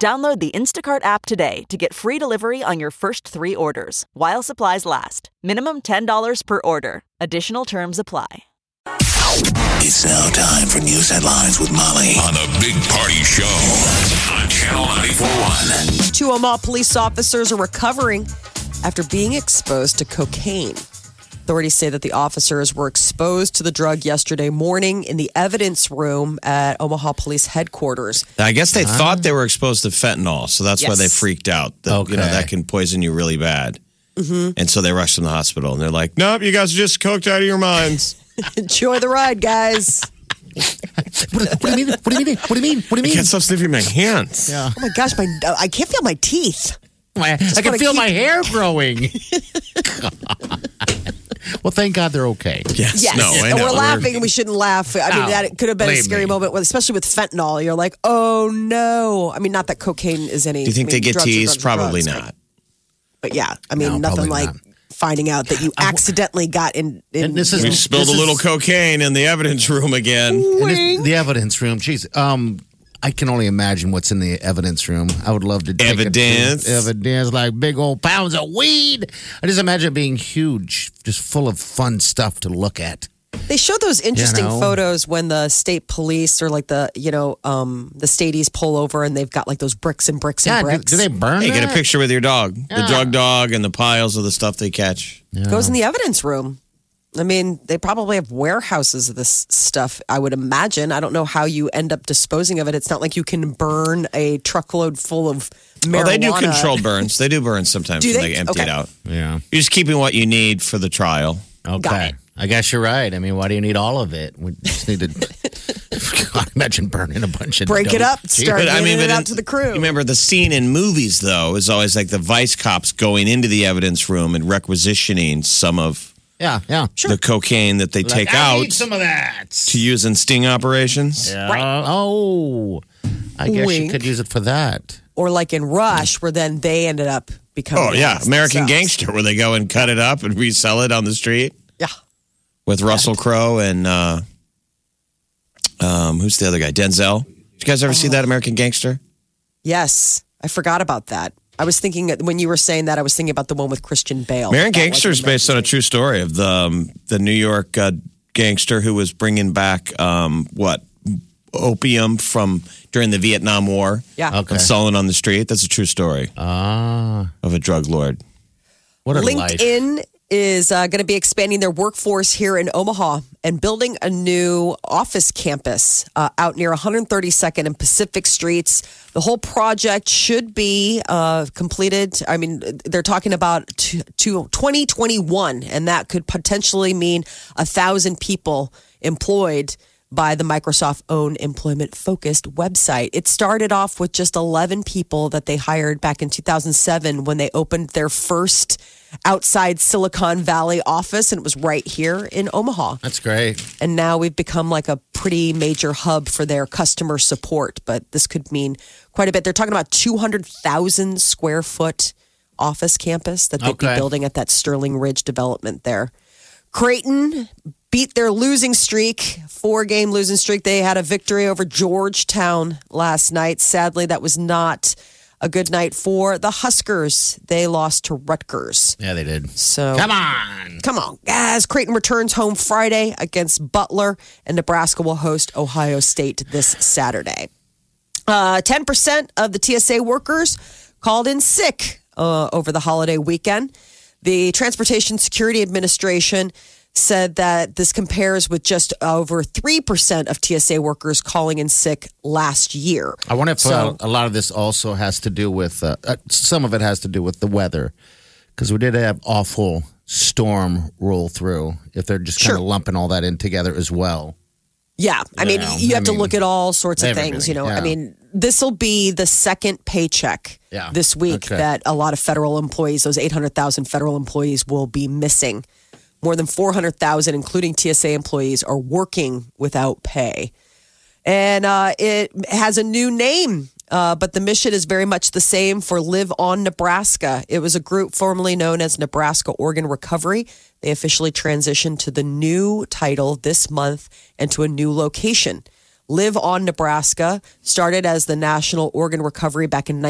Download the Instacart app today to get free delivery on your first three orders while supplies last. Minimum $10 per order. Additional terms apply. It's now time for news headlines with Molly on the Big Party Show on Channel 941. Two Omaha police officers are recovering after being exposed to cocaine. Authorities say that the officers were exposed to the drug yesterday morning in the evidence room at Omaha Police headquarters. I guess they thought they were exposed to fentanyl, so that's why they Yes. freaked out. That, You know Okay. that can poison you really bad, Mm-hmm. and so they rushed them to the hospital. And they're like, "Nope, you guys are just coked out of your minds. Enjoy the ride, guys. What do you mean? What do you mean? What do you mean? What do I you mean? can't stop sniffing my hands." Yeah. Oh my gosh, my I can't feel my teeth. I, can wanna feel keep- my hair growing. God. well, thank God they're okay. Yes. Yes, No. I and know. we're laughing, and we shouldn't laugh. I mean, Oh, that could have been a believe scary me. moment, with- especially with fentanyl. You're like, oh no. I mean, not that cocaine is any. Do you think I mean, they get drugs are teased? drugs are Probably drugs, not. right? But yeah, I mean, No, nothing probably like not. finding out that you accidentally got in. in And this is- you We know, spilled This a little is- cocaine in the evidence room again. And this- the evidence room. Jeez. Um, I can only imagine what's in the evidence room. I would love to take a- Evidence. evidence like big old pounds of weed. I just imagine it being huge, just full of fun stuff to look at. They show those interesting know? photos when the state police or like the you know um the stadies pull over and they've got like those bricks and bricks Yeah, and do, bricks. do they burn? Hey, get a that? picture with your dog, the Yeah. drug dog, and the piles of the stuff they catch. Goes in the evidence room. I mean, they probably have warehouses of this stuff. I would imagine. I don't know how you end up disposing of it. It's not like you can burn a truckload full of marijuana. Oh, Well, they do controlled burns. They do burns sometimes Do when they? they, empty it Okay. out. Yeah. You're just keeping what you need for the trial. Got Okay. it. I guess you're right. I mean, why do you need all of it? We just need to God, imagine burning a bunch of Break it dope. up, start But I handing mean, it but out in- to the crew. You remember the scene in movies, though, is always like the vice cops going into the evidence room and requisitioning some of Yeah, yeah. the cocaine that they Like, take I out need some of that. to use in sting operations. Yeah. Oh, I guess you Wink. could use it for that. or like in Rush, where then they ended up becoming. Oh, yeah. addicts American themselves. Gangster, where they go and cut it up and resell it on the street Yeah. with Russell Crowe and uh, um, who's the other guy? Denzel. Did you guys ever see Uh-huh. that American Gangster? Yes, I forgot about that. I was thinking when you were saying that, I was thinking about the one with Christian Bale. American Oh, That was Gangster is based on a true story of the um, the New York uh, gangster who was bringing back um, what opium from during the Vietnam War. Yeah. and selling on the street. That's a true story Ah, of a drug lord. what a life. LinkedIn is uh, going to be expanding their workforce here in Omaha and building a new office campus uh, out near 132nd and Pacific Streets. The whole project should be uh, completed. I mean, they're talking about to, to 2021, and that could potentially mean a thousand people employed. By the Microsoft owned employment focused website. It started off with just 11 people that they hired back in 2007 when they opened their first outside Silicon Valley office, and it was right here in Omaha. That's great. And now we've become like a pretty major hub for their customer support, but this could mean quite a bit. They're talking about 200,000 square foot office campus that they'd be Okay. building at that Sterling Ridge development there. Creighton beat their losing streak, four game losing streak. They had a victory over Georgetown last night. Sadly, that was not a good night for the Huskers. They lost to Rutgers. Yeah, they did. So Come on. Come on, guys. Creighton returns home Friday against Butler, and Nebraska will host Ohio State this Saturday. Uh, 10% of the TSA workers called in sick uh, over the holiday weekend. The Transportation Security Administration said that this compares with just over 3% of TSA workers calling in sick last year. I wonder if So- uh, a lot of this also has to do with uh, uh, some of it has to do with the weather because we did have awful storm roll through. If they're just kind Sure. of lumping all that in together as well. Yeah. I mean, know, you have I to mean, look at all sorts of things, everything, you know. I yeah. mean, this will be the second paycheck Yeah, this week okay. that a lot of federal employees, those 800,000 federal employees, will be missing. More than 400,000, including TSA employees, are working without pay. And uh, it has a new name, uh, but the mission is very much the same for Live On Nebraska. It was a group formerly known as Nebraska Organ Recovery. They officially transitioned to the new title this month and to a new location. Live On Nebraska started as the National Organ Recovery back in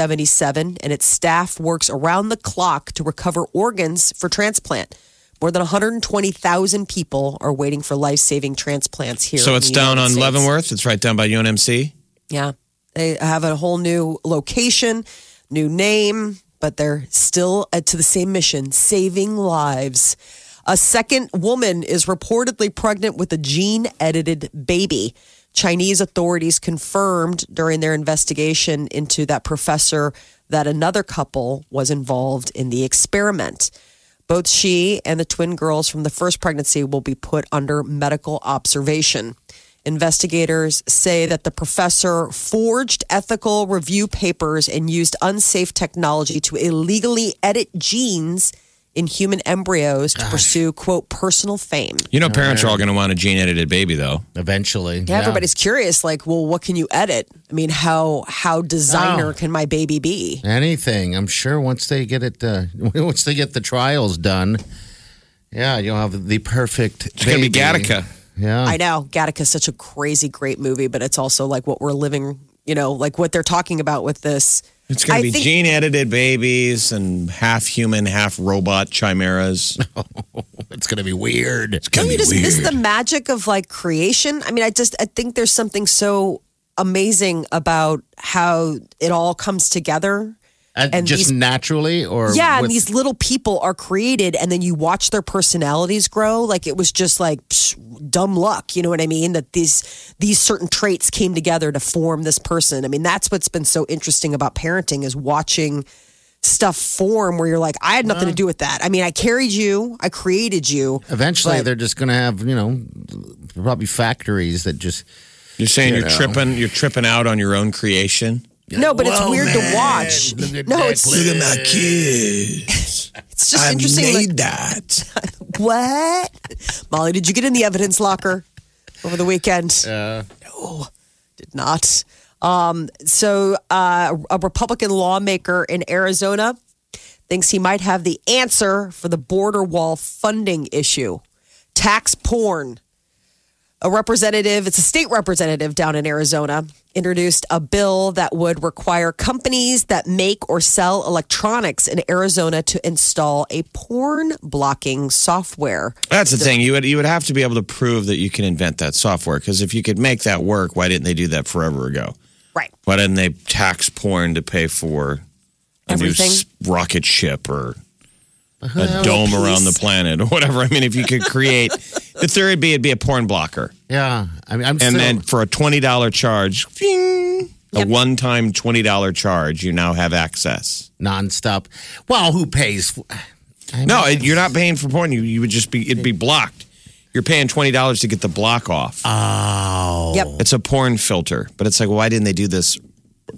1977, and its staff works around the clock to recover organs for transplant. More than 120,000 people are waiting for life saving transplants here. So in it's the down United on States. Leavenworth. It's right down by UNMC. Yeah. They have a whole new location, new name, but they're still uh, to the same mission saving lives. A second woman is reportedly pregnant with a gene edited baby. Chinese authorities confirmed during their investigation into that professor that another couple was involved in the experiment. Both she and the twin girls from the first pregnancy will be put under medical observation. Investigators say that the professor forged ethical review papers and used unsafe technology to illegally edit genes in human embryos to pursue, quote, personal fame. You know, parents are all going to want a gene edited baby, though. Eventually. Yeah, everybody's curious, like, well, what can you edit? I mean, how how designer Oh. can my baby be? Anything, I'm sure. Once they get it, uh, once they get the trials done, yeah, you'll have the perfect. It's going to be Gattaca. Yeah, I know Gattaca is such a crazy great movie, but it's also like what we're living, you know, like what they're talking about with this. It's going I to be think- gene edited babies and half human, half robot chimeras. it's gonna be weird. It's Don't you just miss the magic of like creation? I mean, I just I think there's something so amazing about how it all comes together. and just these- naturally, or yeah, with- and these little people are created, and then you watch their personalities grow. Like it was just like psh, dumb luck, you know what I mean? That these these certain traits came together to form this person. I mean, that's what's been so interesting about parenting is watching stuff form where you're like, I had nothing to do with that. I mean, I carried you, I created you. Eventually, But- they're just gonna have you know probably factories that just You're saying You you're know. tripping, you're tripping out on your own creation. No, but it's Whoa, weird man, to watch. look at No, that it's place. at my kids. it's just interesting. like, that. what? Molly, did you get in the evidence locker over the weekend? No, did not. Um, so, uh, a Republican lawmaker in Arizona thinks he might have the answer for the border wall funding issue tax porn. a representative, it's a state representative down in Arizona, introduced a bill that would require companies that make or sell electronics in Arizona to install a porn blocking software. That's the thing. You would you would have to be able to prove that you can invent that software. Because if you could make that work, why didn't they do that forever ago? Right. Why didn't they tax porn to pay for a Everything. new s- rocket ship or hell, a dome around the planet or whatever? I mean, if you could create, the theory would be it'd be a porn blocker, yeah. I mean, I'm and still, then for a twenty dollar charge, ping, a one time twenty dollar charge, you now have access. nonstop. Well, who pays? No, it, you're not paying for porn. You you would just be it'd be blocked. You're paying twenty dollars to get the block off. Yep. It's a porn filter, but it's like, why didn't they do this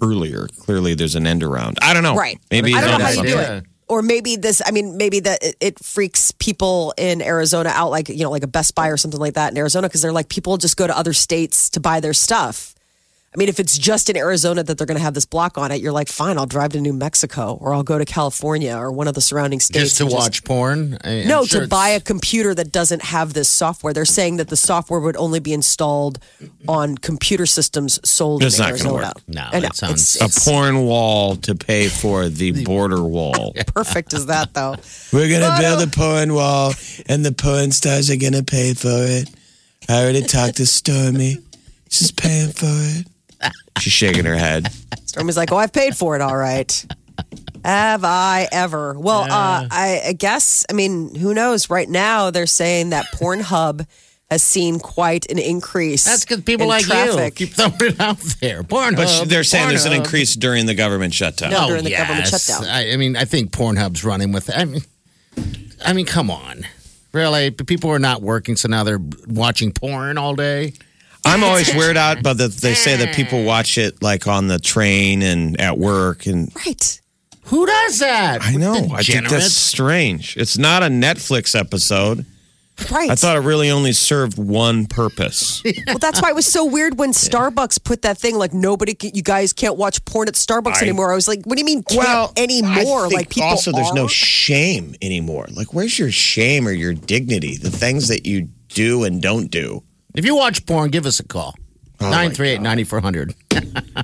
earlier? Clearly, there's an end around. I don't know. Right. Oh, Maybe I don't he's know how onto you do something. Yeah. it. Or maybe this, I mean, maybe that it, it freaks people in Arizona out, like, you know, like a Best Buy or something like that in Arizona, because they're like, people just go to other states to buy their stuff. I mean, if it's just in Arizona that they're going to have this block on it, you're like, fine, I'll drive to New Mexico or I'll go to California or one of the surrounding states. Just to and watch porn? I- I'm no, sure to it's- buy a computer that doesn't have this software. They're saying that the software would only be installed on computer systems sold It's in not gonna Arizona. work. No, I know. that sounds- It's- A it's porn wall to pay for the border wall. perfect as that, though. We're gonna uh, build a porn wall, and the porn stars are gonna pay for it. I already talked to Stormy. She's paying for it. She's shaking her head. Stormy's like, "Oh, I've paid for it. All right. Have I ever? Well, uh, I, I guess. I mean, who knows? Right now, they're saying that Pornhub has seen quite an increase. That's because people in like traffic. you keep throwing it out there. Pornhub. But sh they're saying there's an Pornhub. increase during the government shutdown. No. Oh, during the yes. government shutdown. I, I mean, I think Pornhub's running with. I mean, I mean, come on, really? But People are not working, so now they're watching porn all day. I'm always weirded out by the they say that people watch it like on the train and at work and Right. Who does that? I know. I think that's Degenerates. strange. It's not a Netflix episode. Right. I thought it really only served one purpose. well, that's why it was so weird when Starbucks put that thing like nobody, can, you guys can't watch porn at Starbucks I- anymore. I was like, what do you mean can't I anymore? think like people also there's no are? shame anymore. Like where's your shame or your dignity? The things that you do and don't do. If you watch porn, give us a call. Oh, 938 9400.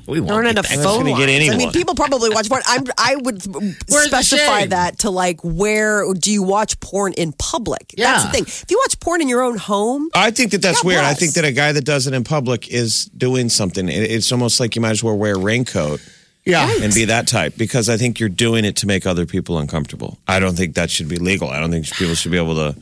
We There want aren't enough That's phone gonna get lines. I mean, anyone. people probably watch porn. I'm, I would Where's the specify shame? that to like, where do you watch porn in public? That's the Yeah. thing. If you watch porn in your own home, I think that that's God weird. I bless. think that a guy that does it in public is doing something. It- It's almost like you might as well wear a raincoat Yeah. and be that type because I think you're doing it to make other people uncomfortable. I don't think that should be legal. I don't think people should be able to.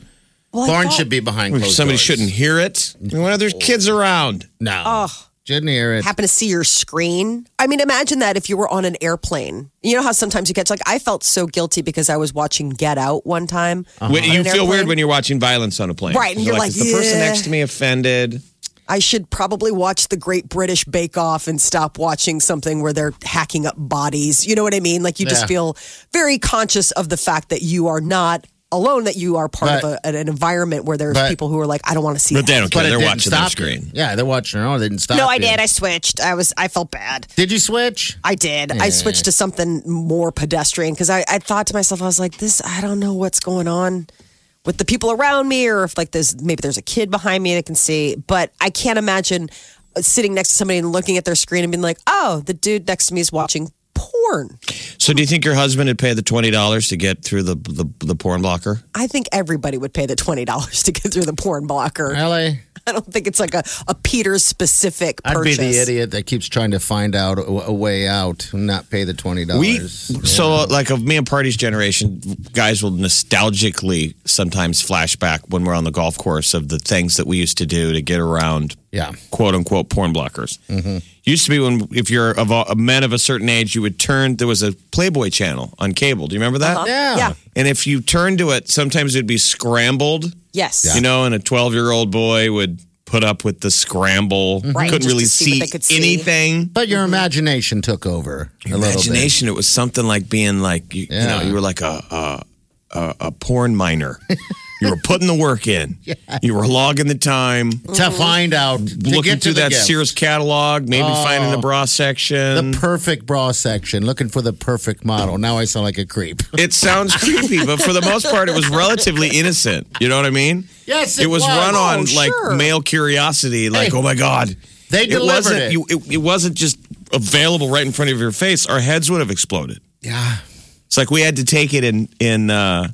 well, I Porn thought- should be behind closed Somebody doors. shouldn't hear it. I mean, when there's kids around, No. Oh. Shouldn't hear it. happen to see your screen. I mean, imagine that if you were on an airplane. You know how sometimes you catch like I felt so guilty because I was watching Get Out one time. Wait, you On an feel weird airplane? when you're watching violence on a plane, Right, and You're you're like, like, is the person yeah. next to me offended? I should probably watch the Great British Bake Off and stop watching something where they're hacking up bodies. You know what I mean? Like you just Yeah. feel very conscious of the fact that you are not alone, that you are part But- of a, an environment where there's but- people who are like, I don't want to see But they that. don't But care. it They're didn't watching stop their you. screen. Yeah, they're watching their own. They didn't stop. No, I you. did. I switched. I was. I felt bad. Did you switch? I did. I switched to something more pedestrian because I, I thought to myself, I was like, this, I don't know what's going on with the people around me, or if like there's maybe there's a kid behind me that can see, but I can't imagine uh, sitting next to somebody and looking at their screen and being like, oh, the dude next to me is watching porn. So, do you think your husband would pay the twenty dollars to get through the, the the porn blocker? I think everybody would pay the $20 to get through the porn blocker. Really? I don't think it's like a, a Peter specific I'd purchase. be the idiot that keeps trying to find out a, a way out and not pay the twenty We dollars. so uh, like of me and party's generation, guys will nostalgically sometimes flashback when we're on the golf course of the things that we used to do to get around, Yeah. quote unquote porn blockers. Used to be when if you're of a, a men of a certain age, you would turn. There was a Playboy channel on cable. Do you remember that? Yeah. Uh-huh. Yeah. And if you turned to it, sometimes it'd be scrambled. Yes. You know, and a 12 year old boy would put up with the scramble. Mm-hmm. Right, Couldn't just really to see what see, they could see. anything. But your Mm-hmm. imagination took over. a little bit. Imagination, it was something like being like, you, you know, Yeah. you were like a, a, a, a porn miner. you were putting the work in, you were logging the time, to Mm-hmm. find out. To looking get to through the that gift. Sears catalog, maybe finding the bra section. The perfect bra section, looking for the perfect model. Now I sound like a creep. it sounds creepy, but for the most part, it was relatively innocent. You know what I mean? Yes, It was run on Oh, like sure. male curiosity, like, Hey. oh my God. They it delivered wasn't it. You, it, it wasn't just available right in front of your face. Our heads would have exploded. Yeah. It's like we had to take it in in uh,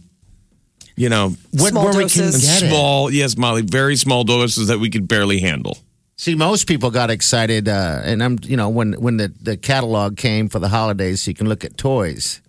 you know When, Oh, Small when we can in doses. get it. small yes, Molly, very small doses that we could barely handle. See, most people got excited, uh, and I'm, you know, when when the, the catalog came for the holidays, so you can look at toys.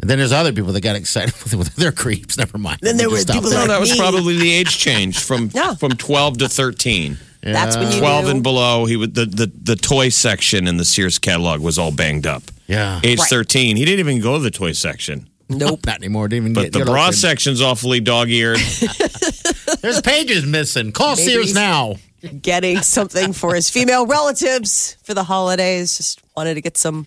And then there's other people that got excited with their creeps. Never mind. Then there We'll were just stop people there. No, that was Me. probably the age change from Yeah. from twelve to thirteen. That's when you Twelve knew. and below, he would the, the the toy section in the Sears catalog was all banged up. Yeah. Age Right. thirteen, he didn't even go to the toy section. nope, not anymore. Didn't even But get the you're bra looking. section's awfully dog eared. Uh-huh. There's pages missing. Call Maybe Sears he's- now. getting something for his female relatives for the holidays. Just wanted to get some.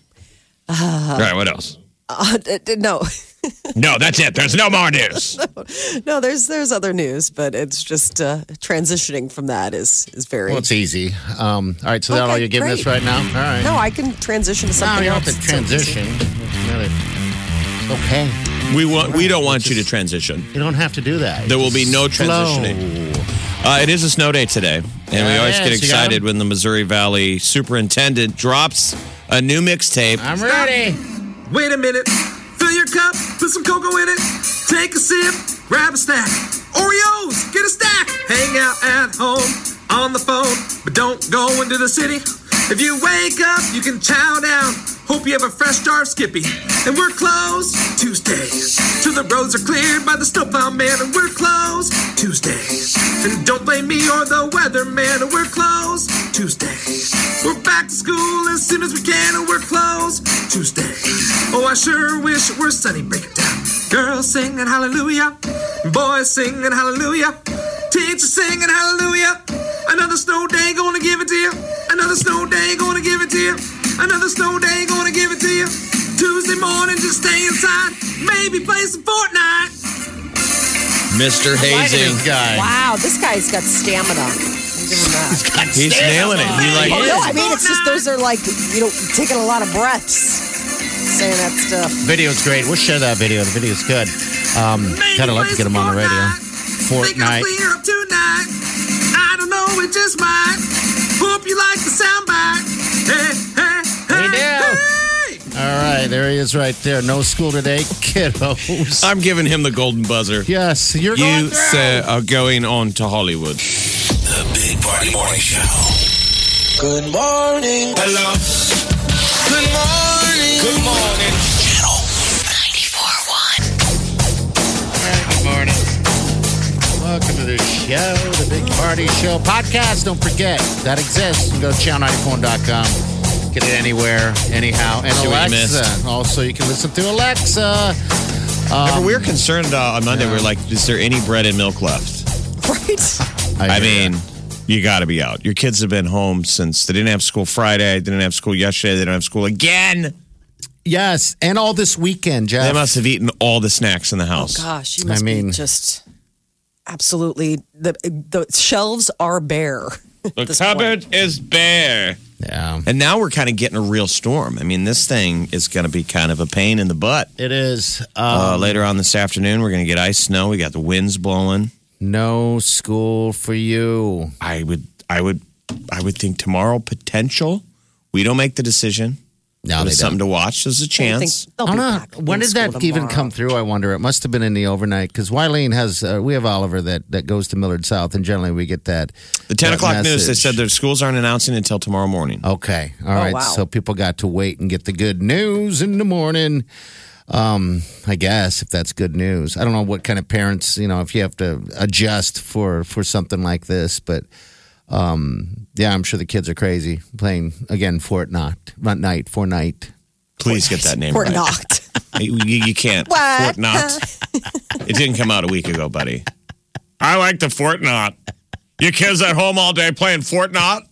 all right, what else? Uh, d- d- no, No, that's it. There's no more news. no. There's there's other news, but it's just uh, transitioning from that is is very. Well, it's easy. Um, all right, so that Okay, all you're giving us great. right now? All right. no, I can transition to No, something you don't else. have to transition. Really. Okay. We want we don't want you to transition. You don't have to do that. There will be no transitioning. Uh, it is a snow day today, and we Yeah, always it get is. You got excited him? when the Missouri Valley superintendent drops a new mixtape. I'm ready. Wait a minute. Fill your cup, put some cocoa in it. Take a sip, grab a snack. Oreos, get a stack. Hang out at home, on the phone, but don't go into the city. If you wake up, you can chow down. Hope you have a fresh jar of Skippy. And we're closed Tuesday. Till the roads are cleared by the snowplow man. And we're closed Tuesday. And don't blame me or the weather man. And we're closed Tuesday. We're back to school as soon as we can. And we're closed Tuesday. Oh, I sure wish it were sunny. Break it down. Girls singing hallelujah. Boys singing hallelujah. Teachers singing hallelujah. Another snow day, gonna give it to you. Another snow day, gonna give it to you. Another snow day, gonna give it to you. Tuesday morning, just stay inside. Maybe play some Fortnite. Mr. Hazing. This guy. Wow, this guy's got stamina. I'll give him that. He's nailing it. He like Oh, no, I mean, it's just those are like, you know, taking a lot of breaths saying that stuff. Video's great. We'll share that video. The video's good. Um, Maybe kind of like play to get him some on the radio. Think I'll Fortnite. clear up tonight. I don't know, it just might. Hope you like the soundbite. Hey, hey, hey, We do. hey. All right, there he is right there. No school today, kiddos. I'm giving him the golden buzzer. yes, you're going You, through. sir, are going on to Hollywood. The Big Party Morning Show. Good morning. Hello. Good morning. Good morning. Channel 94.1. Good morning. Welcome to the show, the Big Party Show podcast. Don't forget, that exists. You can go to channel94.com. Get it anywhere, anyhow. And See what you Alexa. missed. Also, you can listen through Alexa. Remember, we were concerned uh, on Monday. We were like, is there any bread and milk left? Right? I hear mean, you got to be out. Your kids have been home since they didn't have school Friday, they didn't have school yesterday, they don't have school again. yes, and all this weekend, Jeff. They must have eaten all the snacks in the house. Gosh, you I must mean- be just absolutely, the, the shelves are bare. at The this cupboard is bare. yeah. And now we're kind of getting a real storm. I mean, this thing is going to be kind of a pain in the butt. It is. Uh, Uh, later on this afternoon, we're going to get ice snow. We got the winds blowing. no school for you. I would, I would, I would think tomorrow potential. We don't make the decision. No, but they it's don't. something to watch. There's a point. I think chance. they'll I be don't know. back When in did school that even tomorrow. come through? I wonder. It must have been in the overnight because Wileen has. Uh, we have Oliver that that goes to Millard South, and generally we get that. The 10 that o'clock news. They message. said their schools aren't announcing until tomorrow morning. Okay. all right. wow. So people got to wait and get the good news in the morning. Um, I guess if that's good news. I don't know what kind of parents, you know, if you have to adjust for for something like this, but um yeah, I'm sure the kids are crazy playing again Fortnite. Not night, Fortnite. Please get that name Or right. knocked. You, you can't. What? Fortnot. it didn't come out a week ago, buddy. I like the Fortnot. Your kids at home all day playing Fortnot?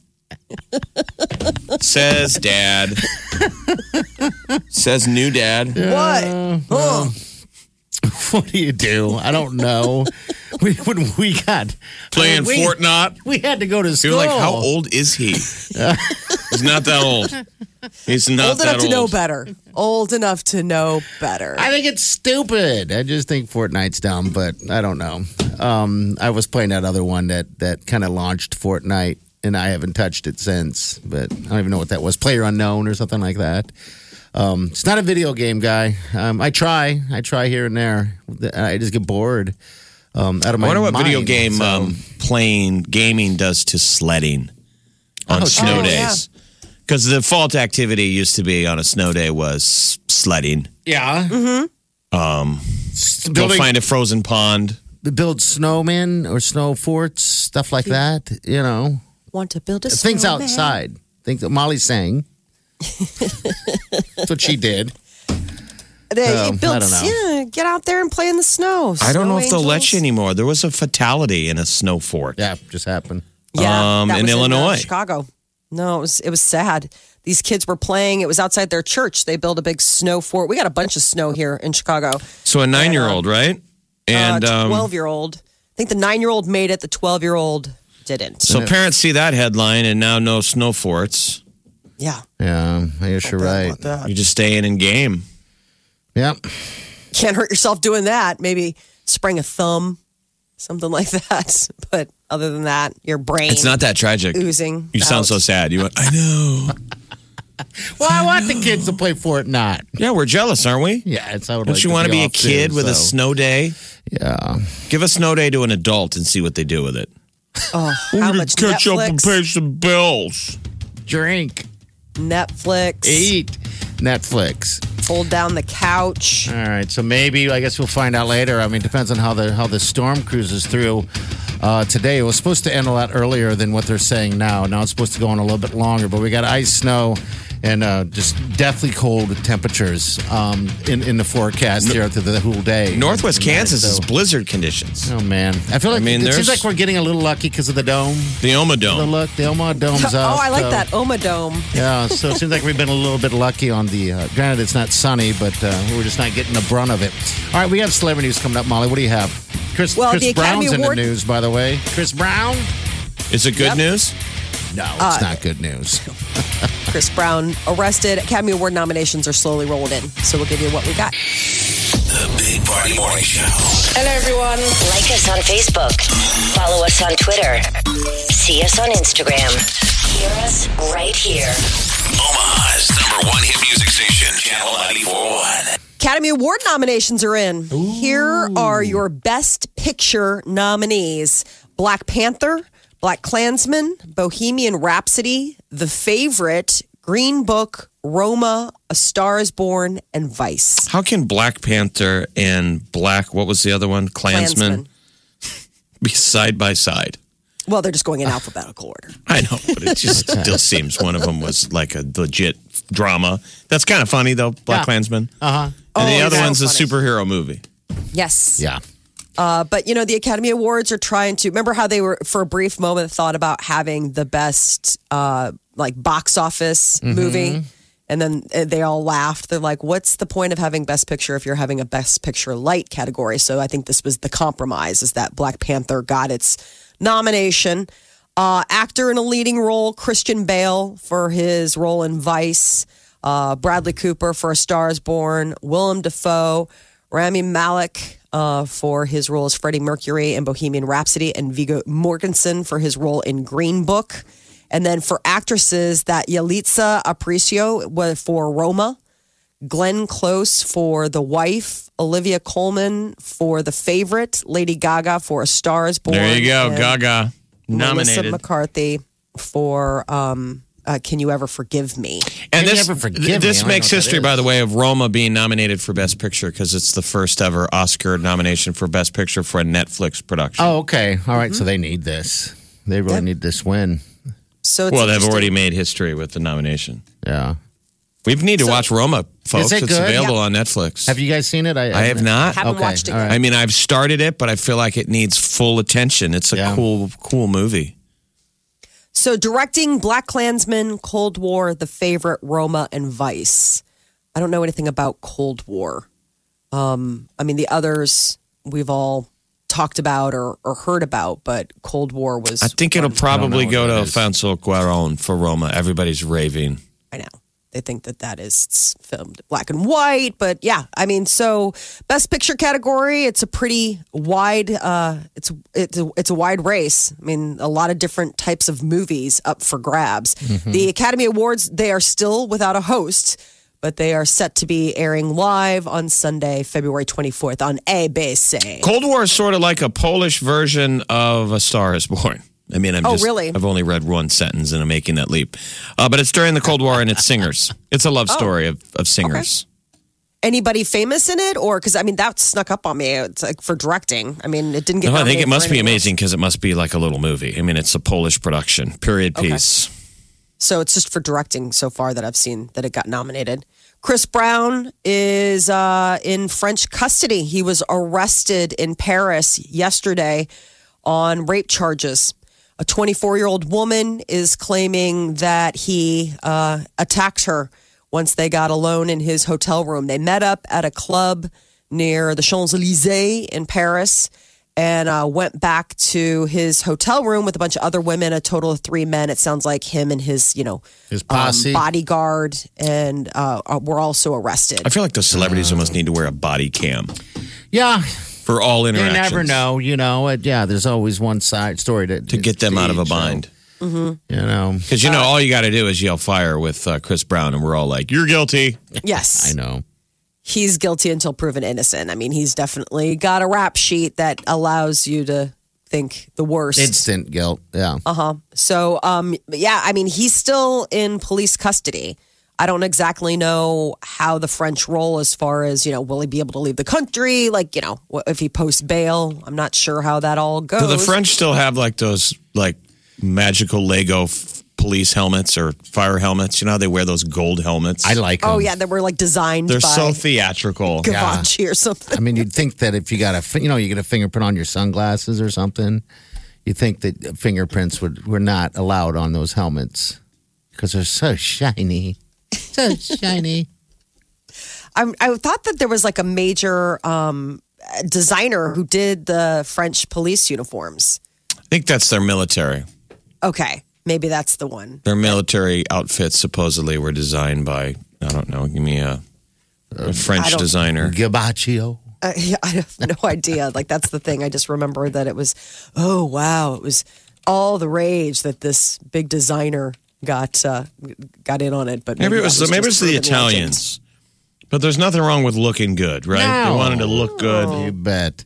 Says dad. Says new dad. what? Uh, Oh, What do you do? I don't know. we when we got Playing we- Fortnot. We had to go to school. You're like, how old is he? He's not that old. He's not old that enough to old. know better. Old enough to know better. I think it's stupid. I just think Fortnite's dumb, but I don't know. Um, I was playing that other one that that kind of launched Fortnite, and I haven't touched it since. But I don't even know what that was, Player Unknown or something like that. Um, it's not a video game, guy. Um, I try, I try here and there. I just get bored um, out I of my. wonder what video mind, game so- um, playing gaming does to sledding on Oh, snow sure. days. Because the default activity used to be on a snow day was sledding. yeah. Um, Um, Go building, find a frozen pond. build snowmen or snow forts, stuff like that. You know, Want to build a things snowman. outside. Things that Molly sang. That's what she did. They Oh, you build, I don't know. Yeah, get out there and play in the snow. I don't know if they'll let you angels. anymore. There was a fatality in a snow fort. Yeah, just happened. Yeah, Um, that in was uh, Illinois. Chicago. No, it was it was sad. These kids were playing. It was outside their church. They built a big snow fort. We got a bunch of snow here in Chicago. Uh, So a nine year old, right? And um, twelve year old. I think the nine year old made it. The twelve year old didn't. so parents see that headline and now no snow forts. yeah, Yeah, I guess you're right. You're just staying in game. Yep. can't hurt yourself doing that. Maybe sprain a thumb, something like that. But other than that, your brain It's not that tragic. oozing. You sound out. so sad. You went, I know. Well, I want the kids to play Fortnite. Yeah, we're jealous, aren't we? Yeah, it's I would. Don't like you want to be a off too, kid with a so- snow day? Yeah. Give a snow day to an adult and see what they do with it. How much Netflix? some bills. Drink, Netflix. eat, Netflix. Fold down the couch. All right, so maybe I guess we'll find out later. I mean, depends on how the how the storm cruises through. Uh, today it was supposed to end a lot earlier than what they're saying now. Now it's supposed to go on a little bit longer, but we got ice, snow, and uh, just deathly cold temperatures um, in in the forecast here through the whole day. Northwest Kansas is So- blizzard conditions. Oh man, I feel like I mean, it seems there's- like we're getting a little lucky because of the dome. The Oma The Dome. look, the Omaha dome's up. oh, I like so- that Oma Dome. Yeah, so it seems like we've been a little bit lucky on the. Uh, granted, it's not sunny, but uh, we're just not getting the brunt of it. All right, we have celebrity news coming up, Molly. What do you have? Chris, Well, Chris the Academy Brown's Award- in the news, by the way. Chris Brown? Is it good news? No, it's Uh, not good news. Chris Brown arrested. Academy Award nominations are slowly rolling in. So we'll give you what we got. The Big Party Morning Show. Hello, everyone. Like us on Facebook. Follow us on Twitter. See us on Instagram. Hear us right here. Omaha's number one hit music station, Channel 941. Academy Award nominations are in. Here are your best picture nominees Black Panther, Black Klansman, Bohemian Rhapsody, The Favorite, Green Book, Roma, A Star is Born, and Vice. How can Black Panther and Black, what was the other one? Klansman Klansman. be side by side? Well, they're just going in alphabetical order. I know, but it just still seems one of them was like a legit drama. That's kind of funny though, Black Yeah. Klansman. Uh huh. And the Oh, other so one's a funny. superhero movie. Yes. Yeah. Uh, but you know, the Academy Awards are trying to remember how they were for a brief moment thought about having the best uh, like box office movie, and then uh, they all laughed. They're like, "What's the point of having Best Picture if you're having a Best Picture light category?" So I think this was the compromise: is that Black Panther got its nomination. Uh, actor in a leading role, Christian Bale for his role in Vice, uh, Bradley Cooper for A Star Is Born, Willem Dafoe, Rami Malek uh, for his role as Freddie Mercury in Bohemian Rhapsody, and Vigo Mortensen for his role in Green Book. And then for actresses, that Yalitza Aparicio was for Roma, Glenn Close for The Wife, Olivia Colman for The Favorite, Lady Gaga for A Star Is Born. There you go, and- Gaga. Melissa Nominated. McCarthy for um, uh, "Can You Ever Forgive Me?" And Can you this, ever forgive this me? I don't makes know what that history, is. by the way, of Roma being nominated for Best Picture because it's the first ever Oscar nomination for Best Picture for a Netflix production. Oh, okay. All right, Mm-hmm. so they need this. They really need this win. So it's well, they've interesting. already made history with the nomination. Yeah. We need to watch Roma, folks. it it's good? available on Netflix. Have you guys seen it? I have not. haven't watched it. all yet. right. I mean, I've started it, but I feel like it needs full attention. It's a Yeah. cool, cool movie. So directing Black Klansman, Cold War, The Favorite, Roma, and Vice. I don't know anything about Cold War. Um, I mean, the others we've all talked about or, or heard about, but Cold War was I think it'll probably know go what to that is. Alfonso Cuaron for Roma. Everybody's raving. I know. They think that that is filmed black and white, but yeah, I mean, so best picture category, it's a pretty wide, uh, it's it's a, it's a wide race. I mean, a lot of different types of movies up for grabs. Mm-hmm. The Academy Awards, they are still without a host, but they are set to be airing live on Sunday, February twenty fourth on ABC. Cold War is sort of like a Polish version of A Star is Born. I mean, I'm Oh, just, really? I've only read one sentence and I'm making that leap. Uh, but it's during the Cold War and it's singers. It's a love Oh. story of, of singers. Anybody famous in it, or because I mean, that snuck up on me. It's like for directing. I mean, it didn't get. No, I think nominated it must for be anything else. amazing because it must be like a little movie. I mean, it's a Polish production, period piece. So it's just for directing so far that I've seen that it got nominated. Chris Brown is uh, in French custody. He was arrested in Paris yesterday on rape charges. A 24 year old woman is claiming that he uh, attacked her once they got alone in his hotel room. They met up at a club near the Champs Elysees in Paris and uh, went back to his hotel room with a bunch of other women, a total of three men. It sounds like him and his, you know, um, His posse. bodyguard, and uh, uh, were also arrested. I feel like those celebrities almost need to wear a body cam Yeah. for all You interactions. never know, you know. It, yeah, there's always one side story to To get them out of a bind. You know. Because, you know, all you got to do is yell fire with uh, Chris Brown and we're all like, you're guilty. Yes, I know. he's guilty until proven innocent. I mean, he's definitely got a rap sheet that allows you to think the worst. Instant guilt. Yeah. so, um, yeah, I mean, he's still in police custody. I don't exactly know how the French roll as far as, you know, will he be able to leave the country? Like, you know, what- if he posts bail, I'm not sure how that all goes. Do the French still have like those like magical Lego f- police helmets or fire helmets. You know how they wear those gold helmets? I like Oh them. yeah, that were like designed They're by so theatrical. Gavachi or something. I mean, you'd think that if you got a, fi- you know, you get a fingerprint on your sunglasses or something, you think that fingerprints would were not allowed on those helmets because they're so shiny, so shiny. I, I thought that there was like a major um, designer who did the French police uniforms. I think that's their military. Okay, maybe that's the one. Their military outfits supposedly were designed by I don't know. Give me a, a French don't- designer. Gabaccio. Uh, yeah, I have no idea. Like that's the thing. I just remember that it was. Oh wow, it was all the rage that this big designer got uh, got in on it. But Maybe that it was, maybe just it's the urban legend. Italians. But there's nothing wrong with looking good, right? They No. wanted to look good. You bet.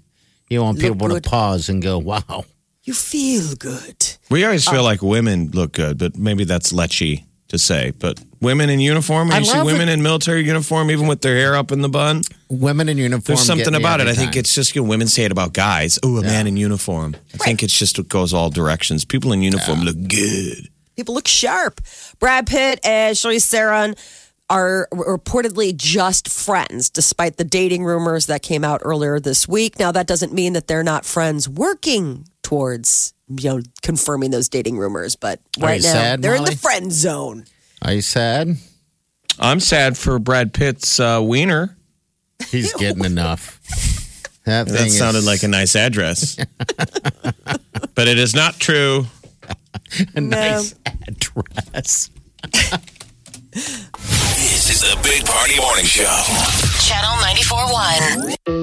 You want Look people to good. pause and go, "Wow." You feel good. We always Oh. feel like women look good, but maybe that's lechy to say. But women in uniform, when I you see love women in military uniform, even with their hair up in the bun, Women in uniform. there's get something me about it. every I think time. it's just you know, women say it about guys. Oh, a man in uniform. I think it's just it goes all directions. People in uniform look good. People look sharp. Brad Pitt and Charlize Theron are reportedly just friends, despite the dating rumors that came out earlier this week. Now, that doesn't mean that they're not friends working towards, you know, confirming those dating rumors. But Are right you now, sad, they're in the Molly? friend zone. Are you sad? I'm sad for Brad Pitt's uh, wiener. He's getting enough. That, That thing is- sounded like a nice address, but it is not true. a nice address. This is a Big Party Morning Show. Channel 94.1.